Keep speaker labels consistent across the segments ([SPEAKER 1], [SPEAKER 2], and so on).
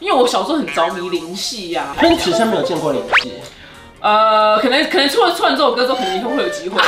[SPEAKER 1] 因为我小时候很着迷灵系呀、
[SPEAKER 2] 所以你此生没有见过联系，
[SPEAKER 1] 呃，可能可能出了出完这首歌之后，可能以后会有机会。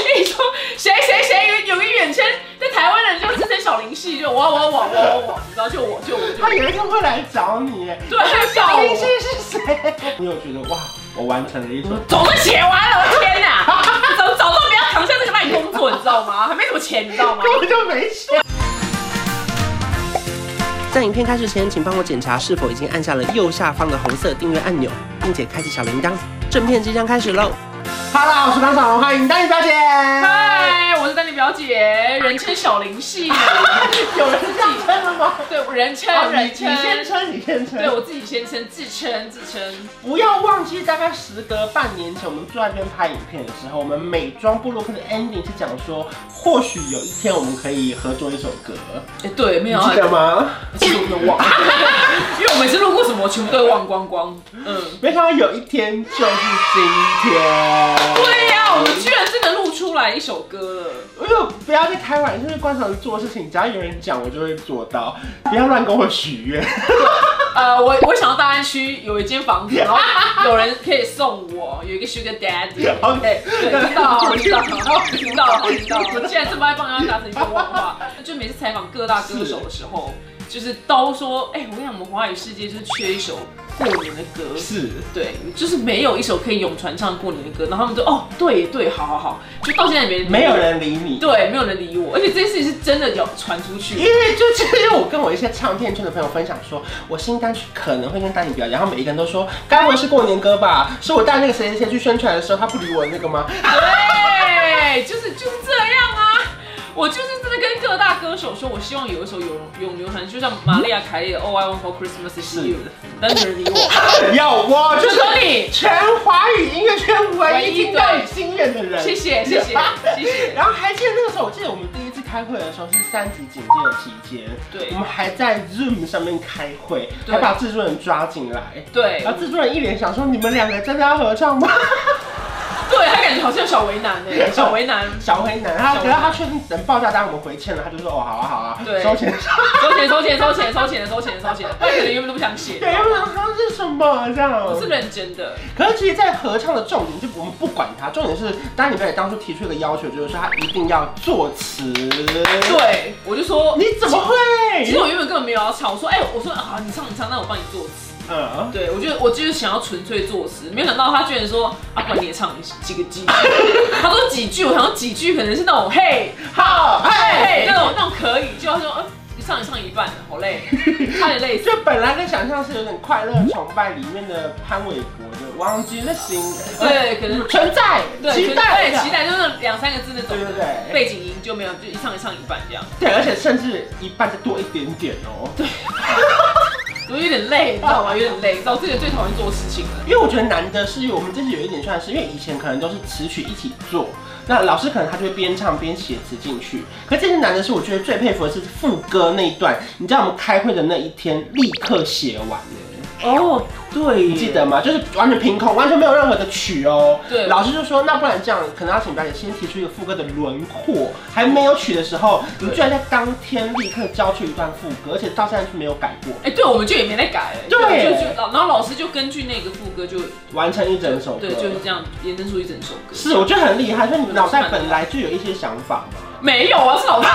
[SPEAKER 1] 因为你说谁谁谁有有一远圈，在台湾人就之前小林系就我我我我我我，你知道就我就我就
[SPEAKER 2] 他
[SPEAKER 1] 我，
[SPEAKER 2] 有一天会来找你耶。
[SPEAKER 1] 对，他就笑
[SPEAKER 2] 联系
[SPEAKER 1] 我，
[SPEAKER 2] 是谁？哦你有觉得哇，我完成了一首
[SPEAKER 1] 总是写完了，我天哪！早早知道不要扛下这个烂工作，你知道吗？还没什么钱，你知道吗？
[SPEAKER 2] 本就没钱。在影片开始前，请帮我检查是否已经按下了右下方的红色订阅按钮，并且开启小铃铛。正片即将开始喽！Hello，我是潘少龙，欢迎丹妮表姐。
[SPEAKER 1] 嗨，我是丹妮表姐，人称小林系，
[SPEAKER 2] 有人这样称的吗？
[SPEAKER 1] 对，人称
[SPEAKER 2] 好你
[SPEAKER 1] 人
[SPEAKER 2] 你
[SPEAKER 1] 称，
[SPEAKER 2] 先称，你先
[SPEAKER 1] 对
[SPEAKER 2] 称。
[SPEAKER 1] 我自己先称，自称自称。
[SPEAKER 2] 不要忘记，大概时隔半年前，我们坐在那边拍影片的时候，我们美妆部落客的 ending 是讲说，或许有一天我们可以合作一首歌，
[SPEAKER 1] 哎，对，没
[SPEAKER 2] 你
[SPEAKER 1] 有啊
[SPEAKER 2] 记，得吗？
[SPEAKER 1] 其实我都忘了，因为我每次路过什么，我全部都会忘光光。嗯，
[SPEAKER 2] 没想到有一天就是今天。
[SPEAKER 1] 对呀、我们居然真的录出来一首歌了。
[SPEAKER 2] 因为我不要再开玩笑，就是观察做的事情，只要有人讲，我就会做到，不要乱跟我许愿。
[SPEAKER 1] 呃，我我想到大安区有一间房子，然后有人可以送我，有一个 Sugar Daddy。哎
[SPEAKER 2] OK，
[SPEAKER 1] 对，听到，听到，听到，听到！我竟然这么爱帮人家达成愿望的话，就每次采访各大歌手的时候，就是都说，哎、我跟你讲，我们华语世界就是缺一首过年的歌，
[SPEAKER 2] 是
[SPEAKER 1] 对，就是没有一首可以咏传唱过年的歌，然后他们就哦，对对，好好好，就到现在也没人理我
[SPEAKER 2] 没有人理你。
[SPEAKER 1] 对，没有人理我，而且这件事情是真的有传出
[SPEAKER 2] 因
[SPEAKER 1] 去，
[SPEAKER 2] 为就是因为我跟我一些唱片圈的朋友分享说，我新单曲可能会跟丹尼表演，然后每一个人都说，该不会是过年歌吧？是我带那个谁谁谁去宣传的时候，他不理我那个吗？
[SPEAKER 1] 对，就是就是这样啊。我就是真的跟各大歌手说，我希望有一首永永流传，就像玛丽亚凯莉的《All I Want for Christmas Is You》，但没有人理 我。
[SPEAKER 2] 有哎我
[SPEAKER 1] 就
[SPEAKER 2] 就是是
[SPEAKER 1] 你，
[SPEAKER 2] 全华语音乐圈唯一听到你心愿的人。
[SPEAKER 1] 谢谢谢 谢谢谢，
[SPEAKER 2] 然后还记得那个时候，我记得我们第一次开会的时候是三级警戒的期间，
[SPEAKER 1] 对
[SPEAKER 2] 我们还在 Zoom 上面开会，
[SPEAKER 1] 对
[SPEAKER 2] 还把制作人抓进来。
[SPEAKER 1] 对
[SPEAKER 2] 然后制作人一脸想说：“你们两个真的要合唱吗
[SPEAKER 1] 对，他感觉好像小为难 呢，小为难。？”
[SPEAKER 2] 小黑男，他
[SPEAKER 1] 小黑
[SPEAKER 2] 可是
[SPEAKER 1] 男
[SPEAKER 2] 他嗯确定等报价单我们回签了，他就说：“哦，好啊，好啊，
[SPEAKER 1] 对
[SPEAKER 2] 收钱。
[SPEAKER 1] 收钱收钱收钱收钱收钱收钱，他可能原本都不想”写
[SPEAKER 2] 对，，因为他是什么啊这样？
[SPEAKER 1] 我是认真的，
[SPEAKER 2] 可是其实，在合唱的重点就我们不管它，重点是当你表演当初提出一个要求，就是说他一定要作词。对，
[SPEAKER 1] 对，我就说，
[SPEAKER 2] 你怎么
[SPEAKER 1] 其实
[SPEAKER 2] 会？
[SPEAKER 1] 我原本根本没有要唱，我说，哎，我说啊，你唱你唱，那我帮你作词。
[SPEAKER 2] 嗯，
[SPEAKER 1] 对，我就我就是想要纯粹作词，没有想到他居然说，啊，不然你也唱几个几句，他说几句，我想说几句可能是那种嘿
[SPEAKER 2] 好，
[SPEAKER 1] 嘿
[SPEAKER 2] 哎，
[SPEAKER 1] 那种那种可以，就他说，嗯，上一上一半，好累，差点累死。
[SPEAKER 2] 就本来的想象是有点快乐崇拜里面的潘玮柏的忘记了心，呃，
[SPEAKER 1] 对，可能
[SPEAKER 2] 存在，
[SPEAKER 1] 对，
[SPEAKER 2] 期待，
[SPEAKER 1] 对，期。待就是两三个字那种，
[SPEAKER 2] 对对对
[SPEAKER 1] 背景音就没有，就一唱一唱一半这样，
[SPEAKER 2] 对，而且甚至一半再多一点点哦。对，
[SPEAKER 1] 我有点累，你知道吗？有点累，你知道这个最讨厌做事情了。
[SPEAKER 2] 因为我觉得难的是我们这次有一点算是，因为以前可能都是词曲一起做，那老师可能他就会边唱边写词进去。可这次难的是，我觉得最佩服的是副歌那一段，你知道我们开会的那一天立刻写完耶。
[SPEAKER 1] 哦，对，
[SPEAKER 2] 你记得吗？就是完全凭空，完全没有任何的曲哦。
[SPEAKER 1] 对
[SPEAKER 2] 老师就说，那不然这样，可能要请表姐先提出一个副歌的轮廓，还没有曲的时候，你居然在当天立刻交出一段副歌，而且到现在是没有改过，
[SPEAKER 1] 哎，对，我们就也没在改，哎
[SPEAKER 2] 对
[SPEAKER 1] 就就老，然后老师就根据那个副歌就，
[SPEAKER 2] 完成一整首歌。
[SPEAKER 1] 对，就是这样延伸出一整首歌。
[SPEAKER 2] 是，我觉得很厉害，所以你们脑袋本来就有一些想法嘛。
[SPEAKER 1] 没有啊，是老师，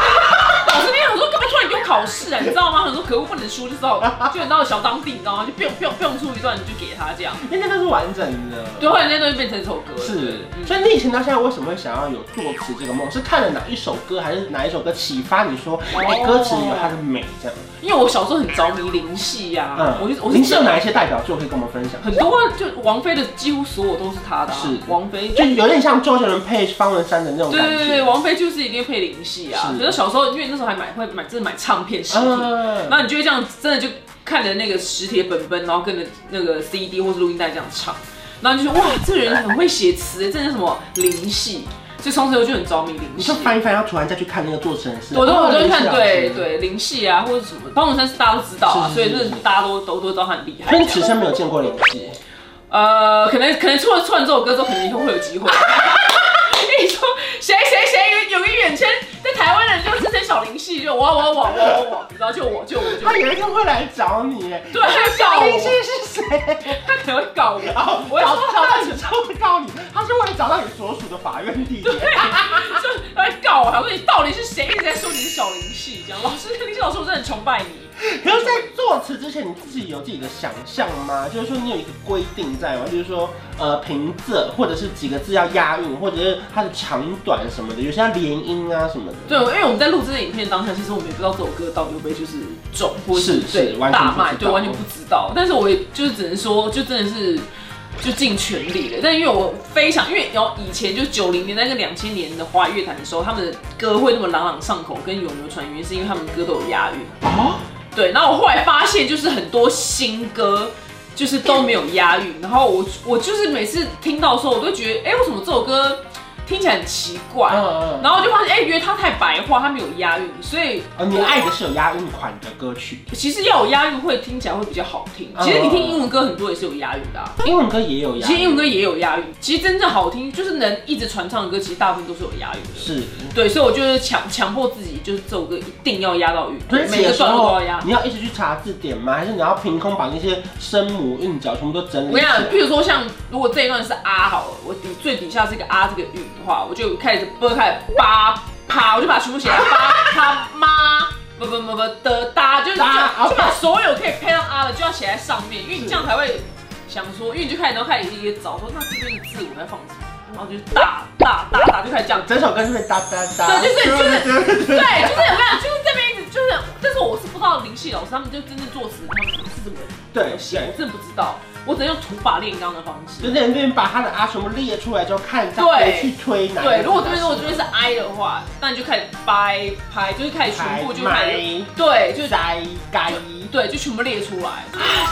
[SPEAKER 1] 老师那天我说干嘛突然给我考试啊，你知道吗？很多可恶不能输，就知道，就你知道小当地，你知道吗？就不用不用不用出一段，你就给他这样，
[SPEAKER 2] 因为那都是完整的。
[SPEAKER 1] 对，后来那段就变成一首歌了。
[SPEAKER 2] 是，
[SPEAKER 1] 嗯
[SPEAKER 2] 所以你以前到现在为什么会想要有作词这个梦？是看了哪一首歌，还是哪一首歌启发你说，哎、
[SPEAKER 1] 哦
[SPEAKER 2] 歌词有它的美这样？
[SPEAKER 1] 因为我小时候很着迷灵系呀、
[SPEAKER 2] 嗯，
[SPEAKER 1] 我就我
[SPEAKER 2] 您是有
[SPEAKER 1] 真的
[SPEAKER 2] 哪一些代表作可以跟我们分享？
[SPEAKER 1] 很多啊，就王菲的几乎所有都是她的、啊，
[SPEAKER 2] 是
[SPEAKER 1] 王菲。
[SPEAKER 2] 就有点像周杰伦配方文山的那种
[SPEAKER 1] 对
[SPEAKER 2] 感
[SPEAKER 1] 对对对，
[SPEAKER 2] 觉。
[SPEAKER 1] 王菲就是一定配灵系啊。
[SPEAKER 2] 是
[SPEAKER 1] 可是小时候，因为那时候还买会买，真的买唱片实体，
[SPEAKER 2] 嗯，
[SPEAKER 1] 那你就会这样真的就看着那个实体的本本，然后跟着那个 CD 或是录音带这样唱，然后你就说哇，这个人很会写词，这是什么灵系？所以从此我就很着迷灵
[SPEAKER 2] 你
[SPEAKER 1] 系
[SPEAKER 2] 就。翻一翻，然后突然再去看那个做成是。
[SPEAKER 1] 我都我都会看，
[SPEAKER 2] 哦
[SPEAKER 1] 对。对，灵系啊，或者什么，方文山是大家都知道啊，
[SPEAKER 2] 是
[SPEAKER 1] 所
[SPEAKER 2] 是
[SPEAKER 1] 以
[SPEAKER 2] 是
[SPEAKER 1] 就是大家都都都知道他很厉害。
[SPEAKER 2] 所以你此生没有见过林夕，
[SPEAKER 1] 呃，可能可能出了出完这首歌之后，可能以后 会有机会。因为你说谁谁谁有有一远圈，在台湾人就之前小林系就哇哇哇哇哇，然后就我就我就
[SPEAKER 2] 他有一天会来找你，哎
[SPEAKER 1] 对，他会告
[SPEAKER 2] 林夕
[SPEAKER 1] 我，
[SPEAKER 2] 是谁？
[SPEAKER 1] 他可能会告我，
[SPEAKER 2] 然后
[SPEAKER 1] 我
[SPEAKER 2] 我
[SPEAKER 1] 也
[SPEAKER 2] 找
[SPEAKER 1] 说
[SPEAKER 2] 找到你之后告你，他是为了找到你所属的法院地点。
[SPEAKER 1] 就他会告我，他说你到底是谁一直在说你是小林系这样？老师，林夕老师，我真的很崇拜你。
[SPEAKER 2] 可是，在作词之前，你自己有自己的想象吗？就是说，你有一个规定在吗？就是说，呃，平仄或者是几个字要押韵，或者是它的长短什么的，有些要连音啊什么的。
[SPEAKER 1] 对，因为我们在录这支影片当下，其实我们也不知道这首歌到底会不会就是中，或者
[SPEAKER 2] 是是
[SPEAKER 1] 对
[SPEAKER 2] 完全
[SPEAKER 1] 大
[SPEAKER 2] 不
[SPEAKER 1] 卖，
[SPEAKER 2] 知
[SPEAKER 1] 对，
[SPEAKER 2] 道
[SPEAKER 1] 完全不知道。但是我也就是只能说，就真的是就尽全力了。但因为我非常，因为然后以前就九零年代跟两千年的华语乐坛的时候，他们的歌会那么朗朗上口，跟永流传，原因是因为他们歌都有押韵。
[SPEAKER 2] 哦，
[SPEAKER 1] 对，然后我后来发现，就是很多新歌就是都没有押韵，然后我我就是每次听到的时候，我都觉得，哎、为什么这首歌听起来很奇怪？
[SPEAKER 2] 嗯嗯
[SPEAKER 1] 然后就发现，哎、因为它太白话，它没有押韵，所以
[SPEAKER 2] 呃，你爱的是有押韵款的歌曲，
[SPEAKER 1] 其实要有押韵会听起来会比较好听。其实你听英文歌很多也是有押韵的、啊，
[SPEAKER 2] 英文歌嗯也有押
[SPEAKER 1] 其实英
[SPEAKER 2] 韵，
[SPEAKER 1] 文歌也有押韵。其实真正好听就是能一直传唱的歌，其实大部分都是有押韵的。
[SPEAKER 2] 是。
[SPEAKER 1] 对，所以我就是强强迫自己，就是这首歌一定要押到韵，
[SPEAKER 2] 所以
[SPEAKER 1] 每个
[SPEAKER 2] 写的时
[SPEAKER 1] 段落
[SPEAKER 2] 候
[SPEAKER 1] 都要押，。
[SPEAKER 2] 你要一直去查字典吗？还是你要凭空把那些声母、韵脚全部都整
[SPEAKER 1] 我跟
[SPEAKER 2] 理起
[SPEAKER 1] 你讲，
[SPEAKER 2] 来？
[SPEAKER 1] 譬如说像如果这一段是啊好了，我底最底下是一个啊这个韵的话，我就开始拨开八啪，我就把它全部写成八啪妈不不不不的哒，就是这样
[SPEAKER 2] 哒，
[SPEAKER 1] 就把所有可以配上啊的就要写在上面，因为你这样才会想说，因为你就开始然后开始也找说那这边的字我在放什么，然后就是哒哒哒哒就开始这样。
[SPEAKER 2] 整首歌是被哒哒哒，
[SPEAKER 1] 对就是就是
[SPEAKER 2] 是
[SPEAKER 1] 对，就是我跟你讲，就是这边一直就是，但是我是不知道林夕老师他们就真正作词，他们是怎么
[SPEAKER 2] 对
[SPEAKER 1] 写，
[SPEAKER 2] 对
[SPEAKER 1] 我真的不知道，我只能用土法炼钢的方式。
[SPEAKER 2] 就是那边把他的啊全部列出来之后，看他
[SPEAKER 1] 对
[SPEAKER 2] 回去推哪一个
[SPEAKER 1] 对，如果这边
[SPEAKER 2] 比
[SPEAKER 1] 如果
[SPEAKER 2] 较
[SPEAKER 1] 这边是 I 的话，那你就开始掰拍，就是开始全部就开始，
[SPEAKER 2] 买
[SPEAKER 1] 对，就是
[SPEAKER 2] 摘该，
[SPEAKER 1] 对，就全部列出来。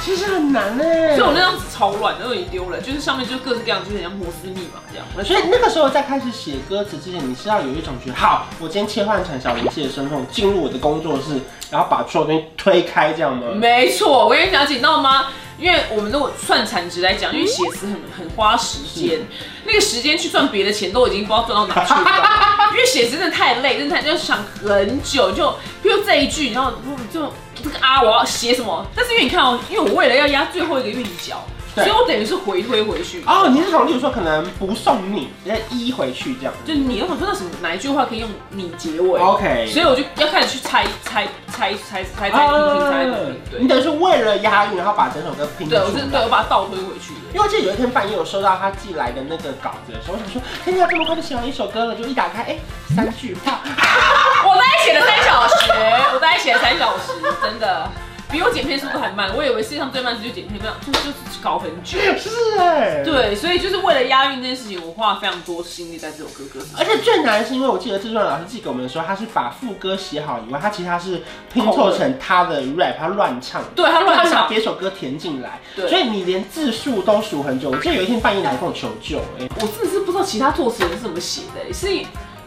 [SPEAKER 2] 其实很难哎。
[SPEAKER 1] 所以我那张纸超软，然后也丢了，就是上面就各式各样，就是很像摩斯密码这样。
[SPEAKER 2] 所以那个时候在开始写歌词之前，你是要有一种觉得，好，我今天切换成小林系的身份，我进入我的工作室，然后把所有东西推开，这样吗？
[SPEAKER 1] 没错，我跟你讲，紧到吗？因为我们如果算产值来讲，因为写词很很花时间，那个时间去赚别的钱都已经不知道赚到哪去了。因为写词真的太累，真的太就想很久，就比如这一句，然后就就这个啊，我要写什么？但是因为你看哦、因为我为了要压最后一个韵脚，所
[SPEAKER 2] 对
[SPEAKER 1] 以我等于是回推回去。
[SPEAKER 2] 哦，你是从例如说可能不送你，直接一回去这样。
[SPEAKER 1] 就你要想说那什么哪一句话可以用你结尾
[SPEAKER 2] OK，
[SPEAKER 1] 所以我就要开始去猜猜猜猜猜猜听听猜听听，对
[SPEAKER 2] 啊你等于是为了押韵，然后把整首歌拼出
[SPEAKER 1] 对，
[SPEAKER 2] 来。
[SPEAKER 1] 我是对我把它倒推回去的。
[SPEAKER 2] 因为我记得有一天半夜我收到他寄来的那个稿子的时候，我想说，天哪，这么快就写完一首歌了，就一打开，哎、三句话，
[SPEAKER 1] 我大概写了三小时，我大概写了三小时，真的比我剪片速度还慢。我以为世界上最慢就是剪片，没有，就就是搞很久。
[SPEAKER 2] 是哎、。
[SPEAKER 1] 对，所以就是为了押韵这件事情，我花了非常多心力在这首歌歌词上。
[SPEAKER 2] 而且最难的是，因为我记得制作人老师寄给我们的时候，他是把副歌写好以外，他其实他是拼凑成他的 rap，他乱唱，
[SPEAKER 1] 对他
[SPEAKER 2] 他
[SPEAKER 1] 乱
[SPEAKER 2] 会把
[SPEAKER 1] 唱，
[SPEAKER 2] 别首歌填进 来，
[SPEAKER 1] 对
[SPEAKER 2] 所以你连字数都数很久。我记得有一天半夜你还跟我求救、哎，
[SPEAKER 1] 我真的是不知道其他作词人是怎么写的、是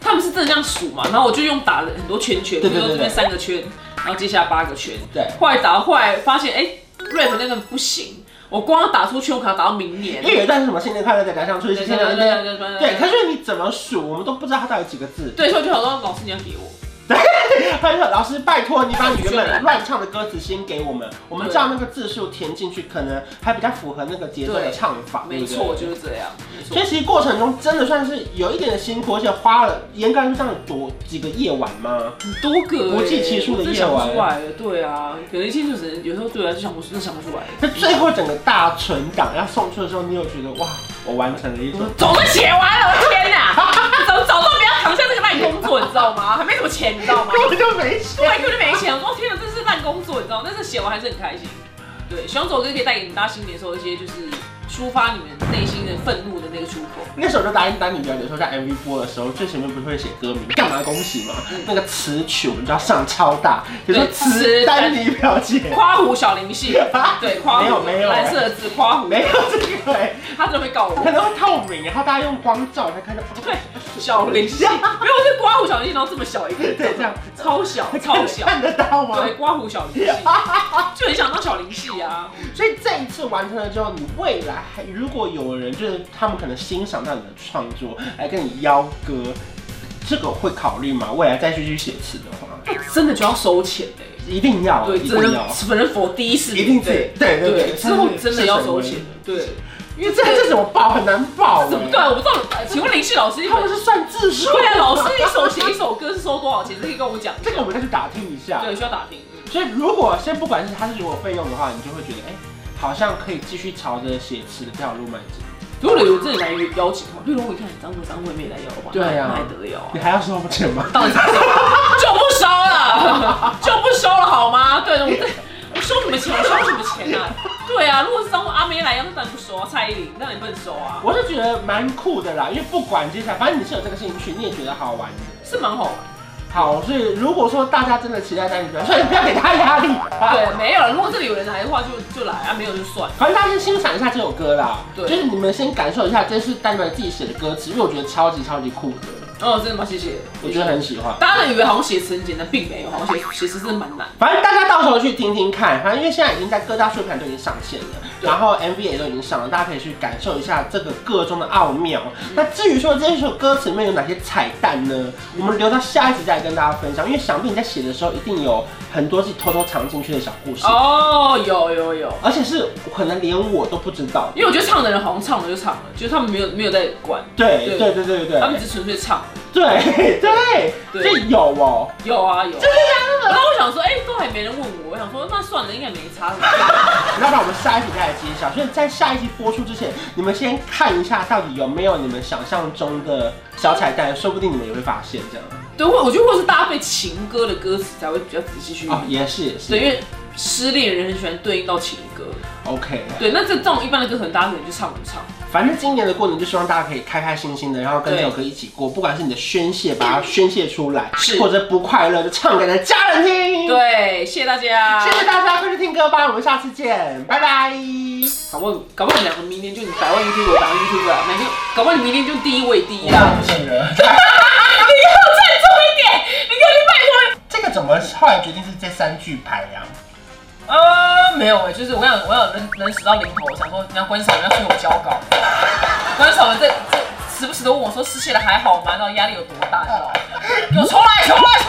[SPEAKER 1] 他们是真的这样数嘛？然后我就用打了很多圈圈，比
[SPEAKER 2] 对
[SPEAKER 1] 如说这
[SPEAKER 2] 对对
[SPEAKER 1] 边
[SPEAKER 2] 对
[SPEAKER 1] 三个圈，然后接下来八个圈，
[SPEAKER 2] 对。
[SPEAKER 1] 后来打到后来发现，哎、r a p 那个不行，我光要打出圈，我可能要打到明年
[SPEAKER 2] 因。为有一段是什么新年快乐再加上出去，新年快乐，对，
[SPEAKER 1] 对
[SPEAKER 2] 他说你怎么数，我们都不知道他到底几个字。
[SPEAKER 1] 对，所以我就想说，老师你要给我。
[SPEAKER 2] 他就说老师拜托你把你原本乱唱的歌词先给我们，我们照那个字数填进去，可能还比较符合那个节奏的唱法。
[SPEAKER 1] 没
[SPEAKER 2] 对
[SPEAKER 1] 错，
[SPEAKER 2] 不对
[SPEAKER 1] 就是这样。没错
[SPEAKER 2] 所以其实过程中真的算是有一点的辛苦，而且花了严格来说这样有多几个夜晚吗？
[SPEAKER 1] 很多个欸
[SPEAKER 2] 国际奇数的
[SPEAKER 1] 我
[SPEAKER 2] 夜晚
[SPEAKER 1] 真想不出来了。对啊，可能一天就只能有时候对啊，就想不出，真的想不出来。
[SPEAKER 2] 那最后整个大存档要送出的时候，你有觉得哇，我完成了一首
[SPEAKER 1] 我早就写完了，我天哪！ 早早知道不要扛下这个烂工作，你知道吗？还没什么钱，你知道吗？
[SPEAKER 2] 根本就没写
[SPEAKER 1] 对，根本就没钱。我说天哪，这是烂工作，你知道吗？但是写完还是很开心。对，希望这首歌可以带给你们大家新年的时候一些就是抒发你们内心的愤怒的那个出口。
[SPEAKER 2] 那首就答应丹尼表姐说，在 MV 播的时候，最前面不是会写歌名，干嘛恭喜嘛？那个词曲我们就要上超大，比如说
[SPEAKER 1] 嗯对
[SPEAKER 2] 词
[SPEAKER 1] 词
[SPEAKER 2] 丹尼表姐，
[SPEAKER 1] 夸胡小林系， 对，夸胡
[SPEAKER 2] 没有没有
[SPEAKER 1] 蓝色的字夸胡，
[SPEAKER 2] 没有这个哎、
[SPEAKER 1] 他真的会告我。
[SPEAKER 2] 可能会透明，然后大家用光照才看到。
[SPEAKER 1] 对，小林系，没有是刮胡小林系，然后这么小一个，
[SPEAKER 2] 对，这样
[SPEAKER 1] 超小 超小，
[SPEAKER 2] 看得到吗？
[SPEAKER 1] 对，刮胡小林 系，就很想当小林系啊。
[SPEAKER 2] 所以这一次完成了之后，你未来还哎如果有人就是他们可能欣赏到你的创作，来跟你邀歌，这个会考虑吗？未来再去去写词的话，
[SPEAKER 1] 真的就要收钱嘞、
[SPEAKER 2] 一定要，
[SPEAKER 1] 对，
[SPEAKER 2] 一
[SPEAKER 1] 真
[SPEAKER 2] 定
[SPEAKER 1] 的
[SPEAKER 2] 要，，
[SPEAKER 1] 反正否第一次
[SPEAKER 2] 一定对，对对
[SPEAKER 1] 对，
[SPEAKER 2] 对，
[SPEAKER 1] 之后真的要收钱的，对，
[SPEAKER 2] 因为这这怎么报很难报、
[SPEAKER 1] 怎么对
[SPEAKER 2] 哎
[SPEAKER 1] 啊？我不知道，请问林旭老师，
[SPEAKER 2] 他们是算字数，
[SPEAKER 1] 对啊，老师一首写一首歌是收多少钱？这可以跟我讲一下
[SPEAKER 2] 这个我们再去打听一下。
[SPEAKER 1] 对，需要打听。嗯
[SPEAKER 2] 所以如果先不管是它是如果费用的话，你就会觉得哎、好像可以继续朝着写词的这条路迈进。
[SPEAKER 1] 如果有人真的来邀请的话，例如我一看张惠张惠妹来邀的话，
[SPEAKER 2] 对啊
[SPEAKER 1] 那还得了啊
[SPEAKER 2] 你？还要收钱吗？
[SPEAKER 1] 到底就不收了， 就不收了好吗？对，我我收什么钱？我收什么钱啊？对啊，如果是张惠阿妹来邀，那当然不收啊。蔡依林，那你不能收啊，
[SPEAKER 2] 我是觉得蛮酷的啦，因为不管接下来，反正你是有这个兴趣，你也觉得好玩的。
[SPEAKER 1] 是蛮好玩。
[SPEAKER 2] 好，所以如果说大家真的期待单曲表演，所以不要给他压力啊。
[SPEAKER 1] 对，没有，如果这里有人来的话，就就来啊，没有就算了。
[SPEAKER 2] 反正大家先欣赏一下这首歌啦，
[SPEAKER 1] 对
[SPEAKER 2] 就是你们先感受一下这是单纯自己写的歌词，因为我觉得超级超级酷的，
[SPEAKER 1] 哦，真的吗？谢谢。
[SPEAKER 2] 我觉得很喜欢。
[SPEAKER 1] 大家都以为好像写词很简单，并没有，好像写写词真的蛮难。
[SPEAKER 2] 反正大家到时候去听听看，反正因为现在已经在各大书盘都已经上线了，
[SPEAKER 1] 对
[SPEAKER 2] 然后 MV 也都已经上了，大家可以去感受一下这个歌
[SPEAKER 1] 嗯
[SPEAKER 2] 中的奥妙。那至于说这首歌词里面有哪些彩蛋呢？我们留到下一集再跟大家分享，因为想必你在写的时候一定有很多自己偷偷藏进去的小故事，
[SPEAKER 1] 哦，有有有，
[SPEAKER 2] 而且是可能连我都不知道。
[SPEAKER 1] 因为我觉得唱的人好像唱了就唱了，就是他们没有没有在管，
[SPEAKER 2] 对
[SPEAKER 1] 对
[SPEAKER 2] 对对对对
[SPEAKER 1] 他们只是纯粹唱。
[SPEAKER 2] 对对对，
[SPEAKER 1] 对
[SPEAKER 2] 这有哦、
[SPEAKER 1] 有啊有。真的假的？然后我想说，哎、都还没人问我，我想说那算了，应该没差。
[SPEAKER 2] 要不然我们下一集再来揭晓。所以在下一集播出之前，你们先看一下到底有没有你们想象中的小彩蛋，说不定你们也会发现这样。
[SPEAKER 1] 对，或我觉得或是搭配情歌的歌词才会比较仔细去
[SPEAKER 2] 哦，也是也
[SPEAKER 1] 嗯
[SPEAKER 2] 是
[SPEAKER 1] 对，因为失恋人很喜欢对应到情歌。
[SPEAKER 2] ，OK。
[SPEAKER 1] 对，那这这种一般的歌可能大家可能就唱不唱。
[SPEAKER 2] 反正今年的过年就希望大家可以开开心心的，然后跟这首歌一起过，不管是你的宣泄，把它宣泄出来，
[SPEAKER 1] 是
[SPEAKER 2] 或者不快乐就唱给你的家人听。，
[SPEAKER 1] 对，谢谢大家。
[SPEAKER 2] 谢谢大家，快去听歌吧，我们下次见，拜拜。
[SPEAKER 1] 搞不好搞不好你两个明年就你百万 YouTube，我百万 YouTube 啊，哪天搞不好你明年就第一位第一啊。
[SPEAKER 2] 不见 人，
[SPEAKER 1] 你给我站重一点，你给我去拜托你
[SPEAKER 2] 这个怎么后来决定是这三句牌呀、
[SPEAKER 1] 呃，没有哎、就是我跟你讲，我想人人死到临头，我想说你要观赏，人要催我交稿，观赏人这这时不时的问我说失窃的还好吗？那压力有多大，你知道吗？给我重来，重来，重